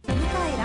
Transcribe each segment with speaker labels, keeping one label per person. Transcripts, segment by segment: Speaker 1: 蘭の調和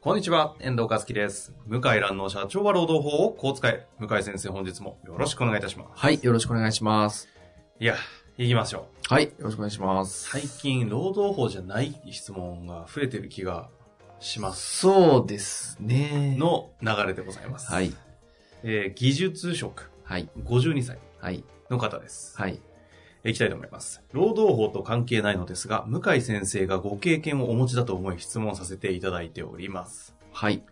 Speaker 2: こんにちは、遠藤和樹です。向井蘭の社長は労働法をこう使え。向井先生、本日もよろしくお願いいたしま
Speaker 3: はい、よろしくお願いします。
Speaker 2: す。いや、行きましょう。
Speaker 3: はい、よろしくお願いします。
Speaker 2: 最近、労働法じゃない質問が増えてる気がします。
Speaker 3: そうですね。
Speaker 2: の流れでございます。
Speaker 3: はい、
Speaker 2: えー技術職、
Speaker 3: はい、
Speaker 2: 52歳
Speaker 3: はい、
Speaker 2: の方です。
Speaker 3: はい。
Speaker 2: いきたいと思います。労働法と関係ないのですが、向井先生がご経験をお持ちだと思い質問させていただいております。
Speaker 3: はい。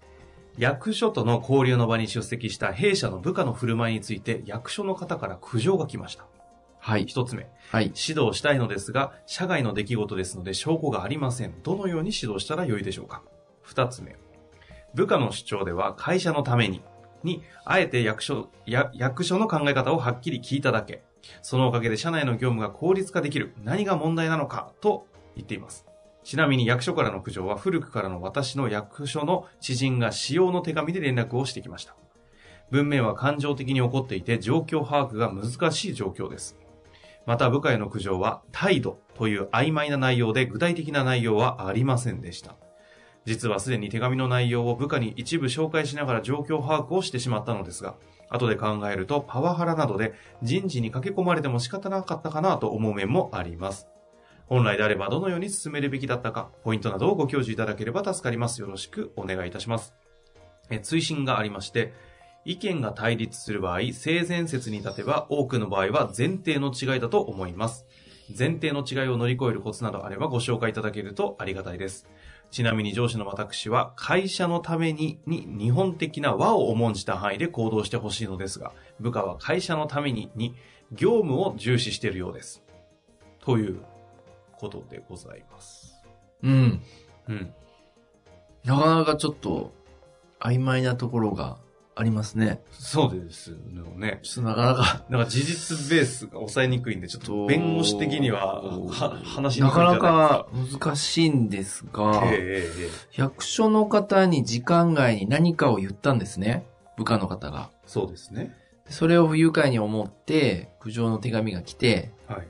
Speaker 2: 役所との交流の場に出席した弊社の部下の振る舞いについて役所の方から苦情が来ました。
Speaker 3: はい。
Speaker 2: 一つ目、
Speaker 3: はい。
Speaker 2: 指導したいのですが、社外の出来事ですので証拠がありません。どのように指導したらよいでしょうか二つ目、部下の主張では会社のために、に、あえて役所、や役所の考え方をはっきり聞いただけ。そのおかげで社内の業務が効率化できる。何が問題なのか、と言っています。ちなみに役所からの苦情は古くからの私の役所の知人が使用の手紙で連絡をしてきました。文面は感情的に起こっていて状況把握が難しい状況です。また部下への苦情は態度という曖昧な内容で具体的な内容はありませんでした。実はすでに手紙の内容を部下に一部紹介しながら状況把握をしてしまったのですが、後で考えるとパワハラなどで人事に駆け込まれても仕方なかったかなと思う面もあります。本来であればどのように進めるべきだったか、ポイントなどをご教示いただければ助かります。よろしくお願いいたします。え追伸がありまして、意見が対立する場合、性善説に立てば多くの場合は前提の違いだと思います。前提の違いを乗り越えるコツなどあればご紹介いただけるとありがたいです。ちなみに上司の私は会社のためにに日本的な和を重んじた範囲で行動してほしいのですが、部下は会社のためにに業務を重視しているようです。ということでございます。
Speaker 3: うん。
Speaker 2: うん。
Speaker 3: なかなかちょっと、曖昧なところがありますね。
Speaker 2: そうですよね。
Speaker 3: ちょっとなかなか、
Speaker 2: なんか事実ベースが抑えにくいんで、ちょっと弁護士的には、は話しにくい
Speaker 3: な
Speaker 2: じゃ
Speaker 3: んか
Speaker 2: ない
Speaker 3: な
Speaker 2: ですか。
Speaker 3: か難しいんですが、
Speaker 2: ええええええ
Speaker 3: 役所の方に時間外に何かを言ったんですね。部下の方が。
Speaker 2: そうですね。
Speaker 3: それを不愉快に思って、苦情の手紙が来て、
Speaker 2: はい。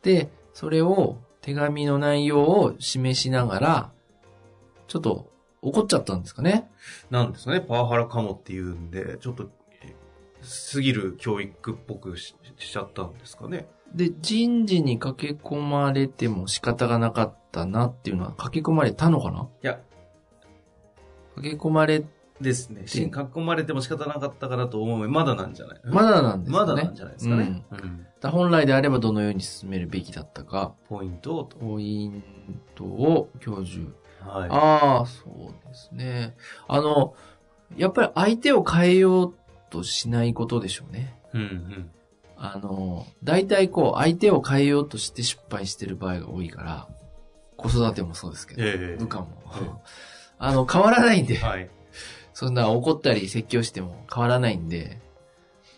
Speaker 3: で、それを、手紙の内容を示しながら、ちょっと怒っちゃったんですかね。
Speaker 2: なんですかね、パワハラかもっていうんで、ちょっと、えすぎる教育っぽくししちゃったんですかね。
Speaker 3: で、人事に駆け込まれても仕方がなかったなっていうのは、駆け込まれたのかない
Speaker 2: や、
Speaker 3: 駆け込まれ、
Speaker 2: ですね。し、囲まれても仕方なかったかなと思う。まだなんじゃない
Speaker 3: まだなんです
Speaker 2: ま
Speaker 3: よね。
Speaker 2: だなんじゃないですかね。うん
Speaker 3: だ本来であればどのように進めるべきだったか、
Speaker 2: ポイントをと。
Speaker 3: ポイントを教授。
Speaker 2: はい。
Speaker 3: ああ、そうですね。あの、やっぱり相手を変えようとしないことでしょうね。
Speaker 2: うんうん。
Speaker 3: あの、大体こう、相手を変えようとして失敗してる場合が多いから、子育てもそうですけど、
Speaker 2: ええ
Speaker 3: 部下も
Speaker 2: ええ。
Speaker 3: あの、変わらないんで、
Speaker 2: はい。
Speaker 3: そんな怒ったり説教しても変わらないんで、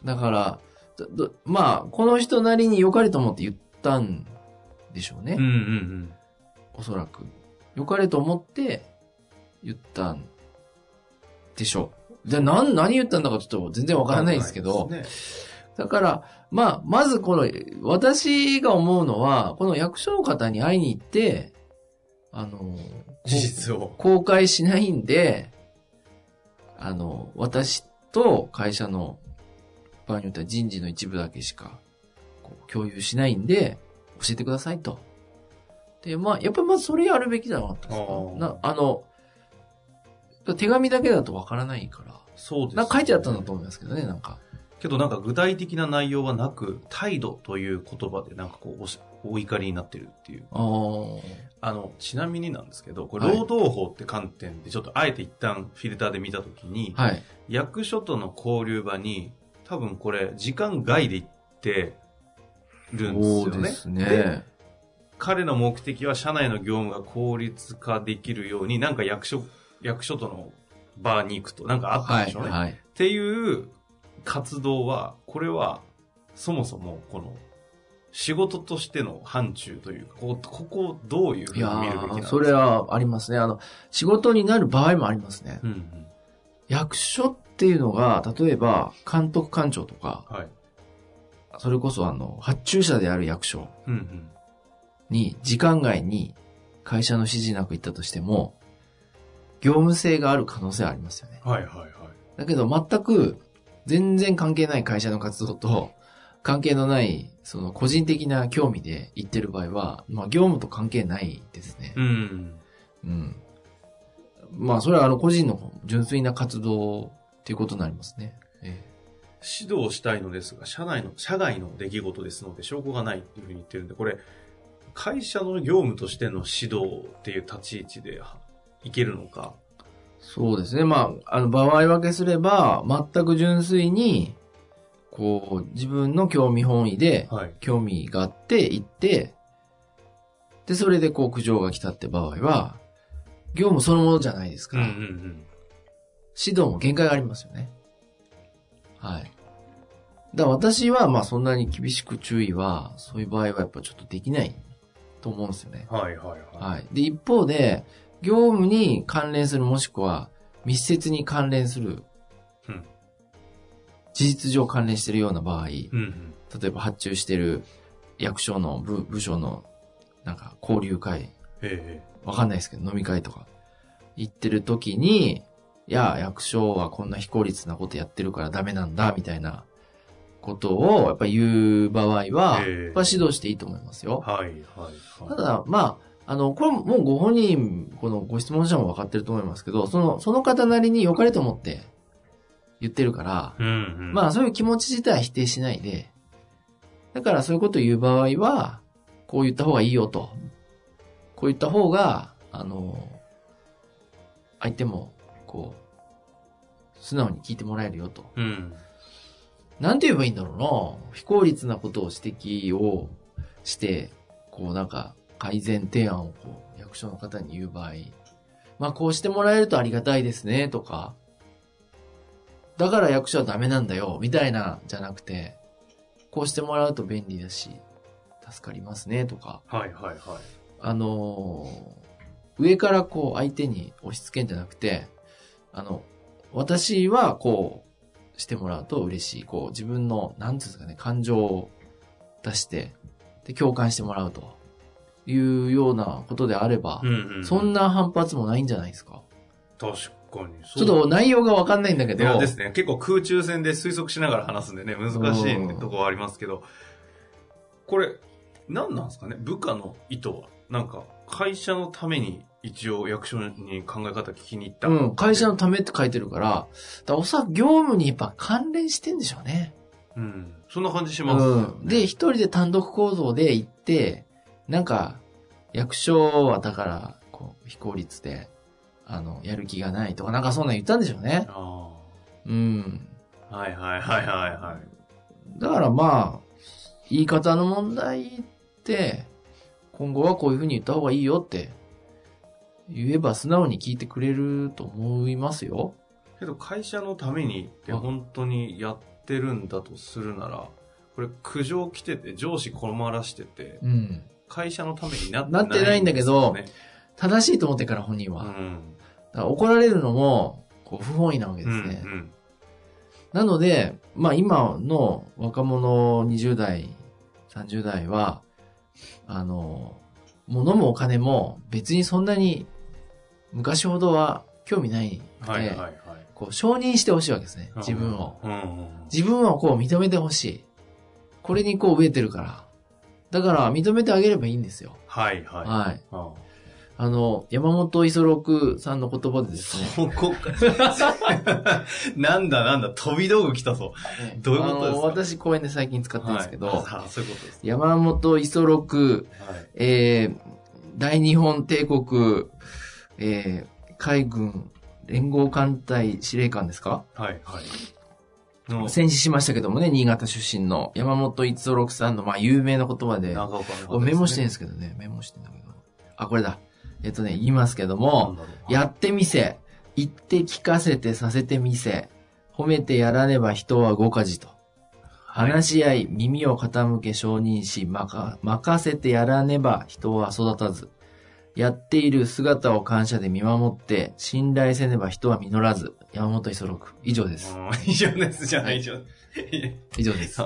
Speaker 3: だから、どどまあ、この人なりに良かれと思って言ったんでしょうね、
Speaker 2: うんうんうん。
Speaker 3: おそらく。良かれと思って言ったんでしょう。じゃあ、なん、何言ったんだかちょっと全然わからないですけど、
Speaker 2: わからないですね
Speaker 3: だから、まあ、まずこの、私が思うのは、この役所の方に会いに行って、あの、こう
Speaker 2: 事実を。
Speaker 3: 公開しないんで、あの、私と会社の、場合によっては人事の一部だけしか、こう共有しないんで、教えてくださいと。で、まあ、やっぱりまずそれやるべきだなと
Speaker 2: あー
Speaker 3: な、あの、手紙だけだとわからないから、
Speaker 2: そうですね。
Speaker 3: なんか書いてあったんだと思いますけどね、なんか。
Speaker 2: けどなんか具体的な内容はなく、態度という言葉でなんかこうおし、お怒りになってるっていう。
Speaker 3: ああ。
Speaker 2: あの、ちなみになんですけど、これ
Speaker 3: はい
Speaker 2: 労働法って観点でちょっとあえて一旦フィルターで見たときに、
Speaker 3: はい。
Speaker 2: 役所との交流場に、多分これ時間外で行ってるんですよね。
Speaker 3: ね。
Speaker 2: 彼の目的は社内の業務が効率化できるように、なんか役所、役所とのバーに行くと、なんかあったん
Speaker 3: は
Speaker 2: で
Speaker 3: い、
Speaker 2: しょうね。
Speaker 3: はい。
Speaker 2: っていう活動は、これは、そもそも、この、仕事としての範疇というか、ここここをどういうふう
Speaker 3: い
Speaker 2: に
Speaker 3: や
Speaker 2: 見るべきなんで
Speaker 3: ー
Speaker 2: すか
Speaker 3: それ。はありますね。あの、仕事になる場合もありますね。
Speaker 2: うんうん。
Speaker 3: 役所っていうのが、例えば、監督官庁とか、
Speaker 2: はい。
Speaker 3: それこそあの、発注者である役所
Speaker 2: うんうん。
Speaker 3: に、時間外に会社の指示なく行ったとしても、業務性がある可能性はありますよね。
Speaker 2: はいはいはい。
Speaker 3: だけど全く、全然関係ない会社の活動と、関係のない、その個人的な興味で行ってる場合は、まあ業務と関係ないですね。
Speaker 2: うん。
Speaker 3: うん。まあそれはあの個人の純粋な活動っていうことになりますね。え
Speaker 2: 指導したいのですが、社内の、社外の出来事ですので、証拠がないっていうふうに言ってるんで、これ、会社の業務としての指導っていう立ち位置でいけるのか。
Speaker 3: えそうですね。まあ、あの場合分けすれば、全く純粋に、こう、自分の興味本位で、
Speaker 2: はい。
Speaker 3: 興味があって行って、で、それでこう苦情が来たって場合は、業務そのものじゃないです
Speaker 2: う
Speaker 3: か
Speaker 2: んう
Speaker 3: ら、
Speaker 2: んうん。
Speaker 3: 指導も限界がありますよね。はい。だから私は、まあそんなに厳しく注意は、そういう場合はやっぱちょっとできないと思うんですよね。
Speaker 2: はいはいはい。
Speaker 3: はい。で、一方で、業務に関連するもしくは、密接に関連する、
Speaker 2: うん
Speaker 3: 事実上関連してるような場合、
Speaker 2: うんうん。
Speaker 3: 例えば発注してる役所の部部署のなんか交流会、
Speaker 2: え
Speaker 3: わかんないですけど飲み会とか行ってる時に、いや、役所はこんな非効率なことやってるからダメなんだ、みたいなことをやっぱ言う場合は、やっ
Speaker 2: ええ
Speaker 3: ぱ指導していいと思います
Speaker 2: え
Speaker 3: よ。
Speaker 2: はいはい
Speaker 3: た
Speaker 2: はい。
Speaker 3: だ、まあ、あの、これもうご本人、このご質問者もわかってると思いますけど、その、その方なりに良かれと思って言ってるから、
Speaker 2: うんうん。
Speaker 3: まあそういう気持ち自体は否定しないで、だからそういうことを言う場合は、こう言った方がいいよと。こう言った方が、あの、相手も、こう、素直に聞いてもらえるよと。
Speaker 2: うん。
Speaker 3: なんて言えばいいんだろうな非効率なことを指摘をして、こうなんか改善提案をこう役所の方に言う場合、まあこうしてもらえるとありがたいですねとか、だから役所はダメなんだよみたいなじゃなくて、こうしてもらうと便利だし、助かりますねとか、
Speaker 2: はいはいは
Speaker 3: あのー上からこう相手に押し付けんじゃなくて、あの、私はこうしてもらうと嬉しい。こう自分の、なんていうんですかね、感情を出して、で、共感してもらうというようなことであれば
Speaker 2: い。、うんうん。
Speaker 3: そんな反発もないんじゃないですか。
Speaker 2: 確かに。
Speaker 3: ちょっと内容がわかんないんだけ
Speaker 2: いや
Speaker 3: ど
Speaker 2: で、すね。結構空中戦で推測しながら話すんでね、難しい
Speaker 3: うん
Speaker 2: とこはありますけど、これ、何なんですかね部下の意図は。なんか、会社のために一応役所に考え方聞きに行った。
Speaker 3: うん、会社のためって書いてるから、だからおそらく業務にやっぱ関連してんでしょうね。
Speaker 2: うん。そんな感じしますよね、
Speaker 3: うん、で、一人で単独行動で行って、なんか、役所はだから、こう、非効率で、あの、やる気がないとか、なんかそんなん言ったんでしょうね。
Speaker 2: あ
Speaker 3: うん。
Speaker 2: あ。はいはいはいはいはい。
Speaker 3: だからまあ、言い方の問題って、今後はこういうふうに言った方がいいよって、言えば素直に聞いてくれると思いますよ。
Speaker 2: けど会社のためにって
Speaker 3: あ
Speaker 2: 本当にやってるんだとするなら、これ苦情来てて、上司困らしてて、
Speaker 3: うん。
Speaker 2: 会社のためになって
Speaker 3: な
Speaker 2: ない
Speaker 3: ってないんだけど
Speaker 2: です
Speaker 3: 正しいと思ってから本人は。
Speaker 2: よね
Speaker 3: だから怒られるのも、こう、不本意なわけ
Speaker 2: う
Speaker 3: ですね。
Speaker 2: ん。うんうん
Speaker 3: なので、まあ今の若者20代、30代は、あの、物もお金も別にそんなに昔ほどは興味ないので、
Speaker 2: はいはいはい。
Speaker 3: こう承認してほしいわけですね、自分を。
Speaker 2: うんうん
Speaker 3: 自分をこう認めてほしい。これにこう飢えてるから。だから認めてあげればいいんですよ。
Speaker 2: はいはい。あ
Speaker 3: はい。
Speaker 2: あ
Speaker 3: あの、山本五十六さんの言葉でですね。
Speaker 2: そこか。なんだなんだ、飛び道具来たぞ。
Speaker 3: ね
Speaker 2: どういうことですか
Speaker 3: あの私公演で最近使ってるんですけど、
Speaker 2: はいあそういうことです。
Speaker 3: 山本五十六
Speaker 2: はい。
Speaker 3: えー大日本帝国、えー海軍連合艦隊司令官ですか
Speaker 2: はい。はい。の
Speaker 3: 戦死しましたけどもね、新潟出身の山本一郎六さんの、まあ、有名な言葉で、
Speaker 2: 長岡の方ですね
Speaker 3: これメモしてるんですけどね、メモしてんだけど。あ、これだ。えっとね、言いますけど
Speaker 2: なん
Speaker 3: も、
Speaker 2: だろう
Speaker 3: やってみせ、言って聞かせてさせてみせ、褒めてやらねば人はごかじと。話し合い、耳を傾け承認し、まか、任せてやらねば人は育たず。やっている姿を感謝で見守って、信頼せねば人は実らず。山本五十六。以上です。
Speaker 2: うん 以上ですじゃな、
Speaker 3: はいい
Speaker 2: 以上。
Speaker 3: 以上です。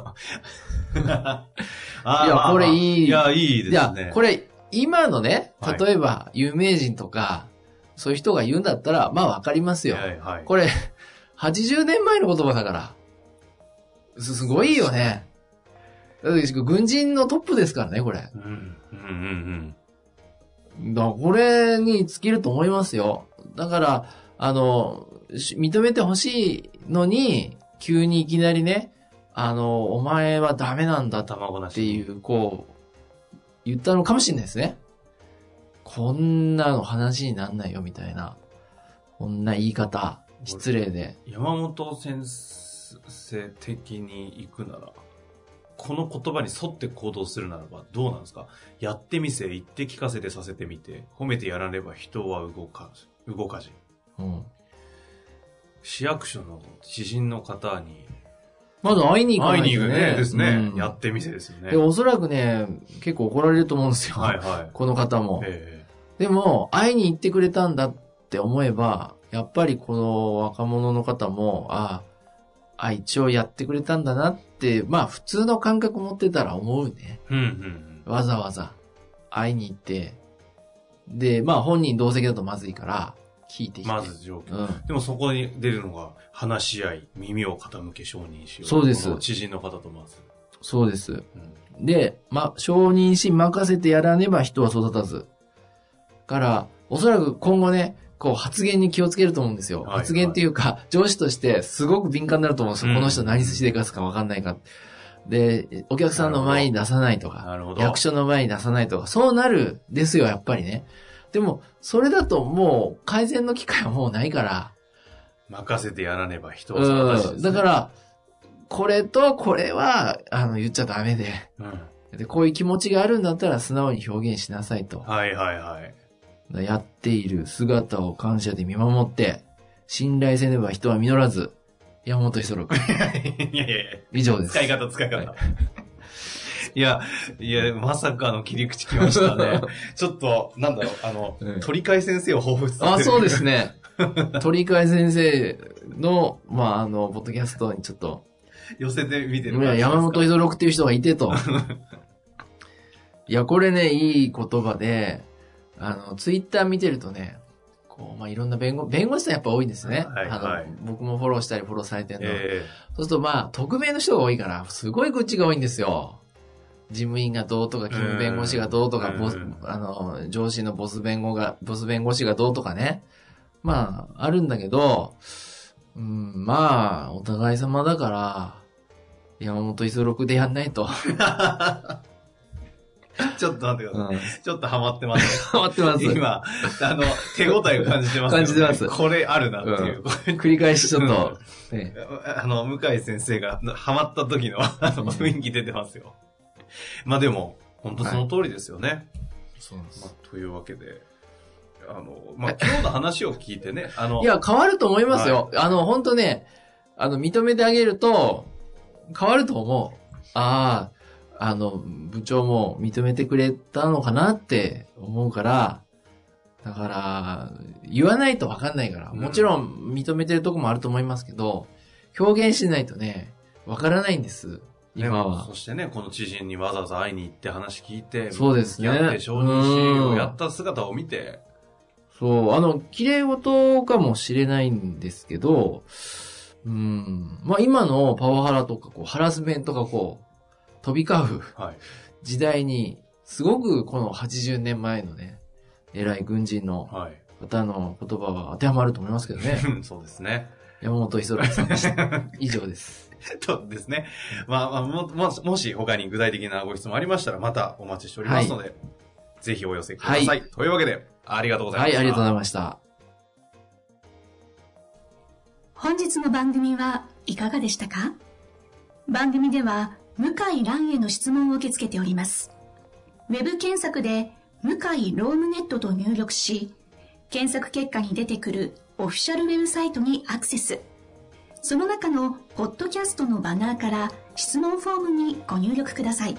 Speaker 2: あ
Speaker 3: いや、これいい。
Speaker 2: いや、いい
Speaker 3: い
Speaker 2: です
Speaker 3: や
Speaker 2: ね。
Speaker 3: これ、今のね
Speaker 2: はい、
Speaker 3: 例えば、有名人とか、そういう人が言うんだったら、まあわかりますよ
Speaker 2: は。いはい。
Speaker 3: これ、80年前の言葉だから。す、すごいよね。だって軍人のトップですからね、これ。だか
Speaker 2: うん、うん、うん
Speaker 3: らこれに尽きると思いますよ。だから、あの、し認めてほしいのに、急にいきなりね、あの、お前はダメなんだ
Speaker 2: うん。
Speaker 3: と
Speaker 2: 卵なし。
Speaker 3: っていう、こう、言ったのかもしれないですね。こんなの話になんないよ、みたいな。こんな言い方、失礼で。
Speaker 2: 山本先生的に行くなら、この言葉に沿って行動するならばどうなんですかやってみせ、言って聞かせてさせてみて、褒めてやらねば人は動かず、動かじ。
Speaker 3: うん。
Speaker 2: 市役所の知人の方に、
Speaker 3: まず会いに行かな
Speaker 2: 会いに
Speaker 3: い
Speaker 2: 行
Speaker 3: と
Speaker 2: くね、ですね
Speaker 3: う。ん
Speaker 2: やってみせですよね
Speaker 3: で。おそらくね、結構怒られると思うんですよ。
Speaker 2: はいはい。
Speaker 3: この方も。
Speaker 2: え
Speaker 3: でも、会いに行ってくれたんだって思えば、やっぱりこの若者の方も、ああ、あ一応やってくれたんだなって、まあ普通の感覚持ってたら思うね。
Speaker 2: えうんうん
Speaker 3: わざわざ会いに行って、で、まあ本人同席だとまずいから、聞いて
Speaker 2: う
Speaker 3: き
Speaker 2: ん。
Speaker 3: て。
Speaker 2: まず状況。
Speaker 3: うん。
Speaker 2: でもそこに出るのが、話し合い、耳を傾け承認しよう。
Speaker 3: そうです
Speaker 2: この知人の方とまず。
Speaker 3: そうです。
Speaker 2: うん
Speaker 3: で、ま、承認し任せてやらねば人は育たず。から、おそらく今後ね、こう発言に気をつけると思うんですよ。
Speaker 2: はい
Speaker 3: 発言っていうか、上司としてすごく敏感になると思うんですよ。
Speaker 2: うん
Speaker 3: この人何筋でかすかわかんないか。で、お客さんの前に出さないとか、
Speaker 2: なるほど。
Speaker 3: 役所の前に出さないとか、そうなるですよ、やっぱりね。でも、それだともう改善の機会はもうないから、
Speaker 2: 任せてやらねば人は育たず
Speaker 3: う
Speaker 2: で
Speaker 3: ん。
Speaker 2: すね
Speaker 3: だから、これとこれは、あの、言っちゃダメで。
Speaker 2: うん
Speaker 3: で、こういう気持ちがあるんだったら素直に表現しなさいと。
Speaker 2: はいはい はい。
Speaker 3: やっている姿を感謝で見守って、信頼せねば人は実らず、山本ひそろく。
Speaker 2: いやいやい
Speaker 3: 以上
Speaker 2: や、
Speaker 3: です。
Speaker 2: 使い方使い方。、
Speaker 3: はい
Speaker 2: や、いや、まさかの切り口きましたね。 ちょっと、なんだろう、あの、
Speaker 3: うん
Speaker 2: 鳥海先生を彷彿さ
Speaker 3: あ、
Speaker 2: せる。
Speaker 3: そうですね。鳥海先生の、まあ、あの、ポッドキャストにちょっと、
Speaker 2: 寄せてみてる
Speaker 3: いや山本
Speaker 2: い
Speaker 3: ひぞろくっていう人がいてと。いや、これね、いい言葉で、あの、ツイッター見てるとね、こう、まあ、いろんな弁護、弁護士さんやっぱ多いんですね。
Speaker 2: はいはい
Speaker 3: あの、僕もフォローしたりフォローされてるの。
Speaker 2: え
Speaker 3: そうするとまあ、匿名の人が多いから、すごい愚痴が多いんですよ。事務員がどうとか、勤務弁護士がどうとか、
Speaker 2: うん
Speaker 3: ボス
Speaker 2: うん、
Speaker 3: あの、上司のボス弁護が、ボス弁護士がどうとかね。まあ、あるんだけど、うん、まあ、お互い様だから、山本五十六でやんないと。
Speaker 2: えちょっと待ってく
Speaker 3: う
Speaker 2: ださ
Speaker 3: ん。
Speaker 2: い。ちょっとハマってますね。
Speaker 3: 変わってます。
Speaker 2: 今、あの、手応えを感じてますよね
Speaker 3: 感じてます
Speaker 2: これあるなっていう。
Speaker 3: 繰り返しちょっと、ね、
Speaker 2: あの、向井先生がハマった時のあの
Speaker 3: うん
Speaker 2: 雰囲気出てますよ。まあでも、本当その通りですよね。
Speaker 3: そうなんで
Speaker 2: まあ。というわけで、あの、まあ、今日の話を聞いて ね、あの、
Speaker 3: いや、変わると思いますよ。あの、本当ね、あの、認めてあげると、変わると思う。ああ、あの、部長も認めてくれたのかなって思うから、だから、言わないとわかんないから、
Speaker 2: うん
Speaker 3: もちろん認めてるとこもあると思いますけど、表現しないとね、わからないんです。
Speaker 2: ね
Speaker 3: 今
Speaker 2: まあ
Speaker 3: は
Speaker 2: そ。してね、この知人にわざわざ会いに行って話聞いて、
Speaker 3: そうですね
Speaker 2: やって承認し
Speaker 3: うん
Speaker 2: をやった姿を見て、
Speaker 3: そう、あの、綺麗事かもしれないんですけど、うん、まあ今のパワハラとか、こう、ハラスメントがこう、飛び交う
Speaker 2: はい。
Speaker 3: 時代に、すごくこの80年前のね、偉い軍人の
Speaker 2: はい。
Speaker 3: 方の言葉は当てはまると思いますけどね。
Speaker 2: そうですね。
Speaker 3: 山本磯楽さんでした。以上です。
Speaker 2: そうですね。まあ、まあも、もし、もし他に具体的なご質問ありましたら、またお待ちしておりますので、ぜひお寄せください。
Speaker 3: はい
Speaker 2: というわけで、ありがとうございま
Speaker 3: は
Speaker 2: した。
Speaker 3: い、ありがとうございました。
Speaker 4: 本日の番組はいかがでしたか番組では、向井蘭への質問を受け付けております。ウェブ検索で、向井ロームネットと入力し、検索結果に出てくるオフィシャルウェブサイトにアクセス。その中のポッドキャストのバナーから質問フォームにご入力ください。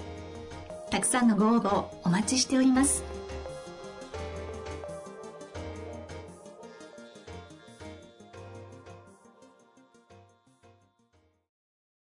Speaker 4: たくさんのご応募お待ちしております。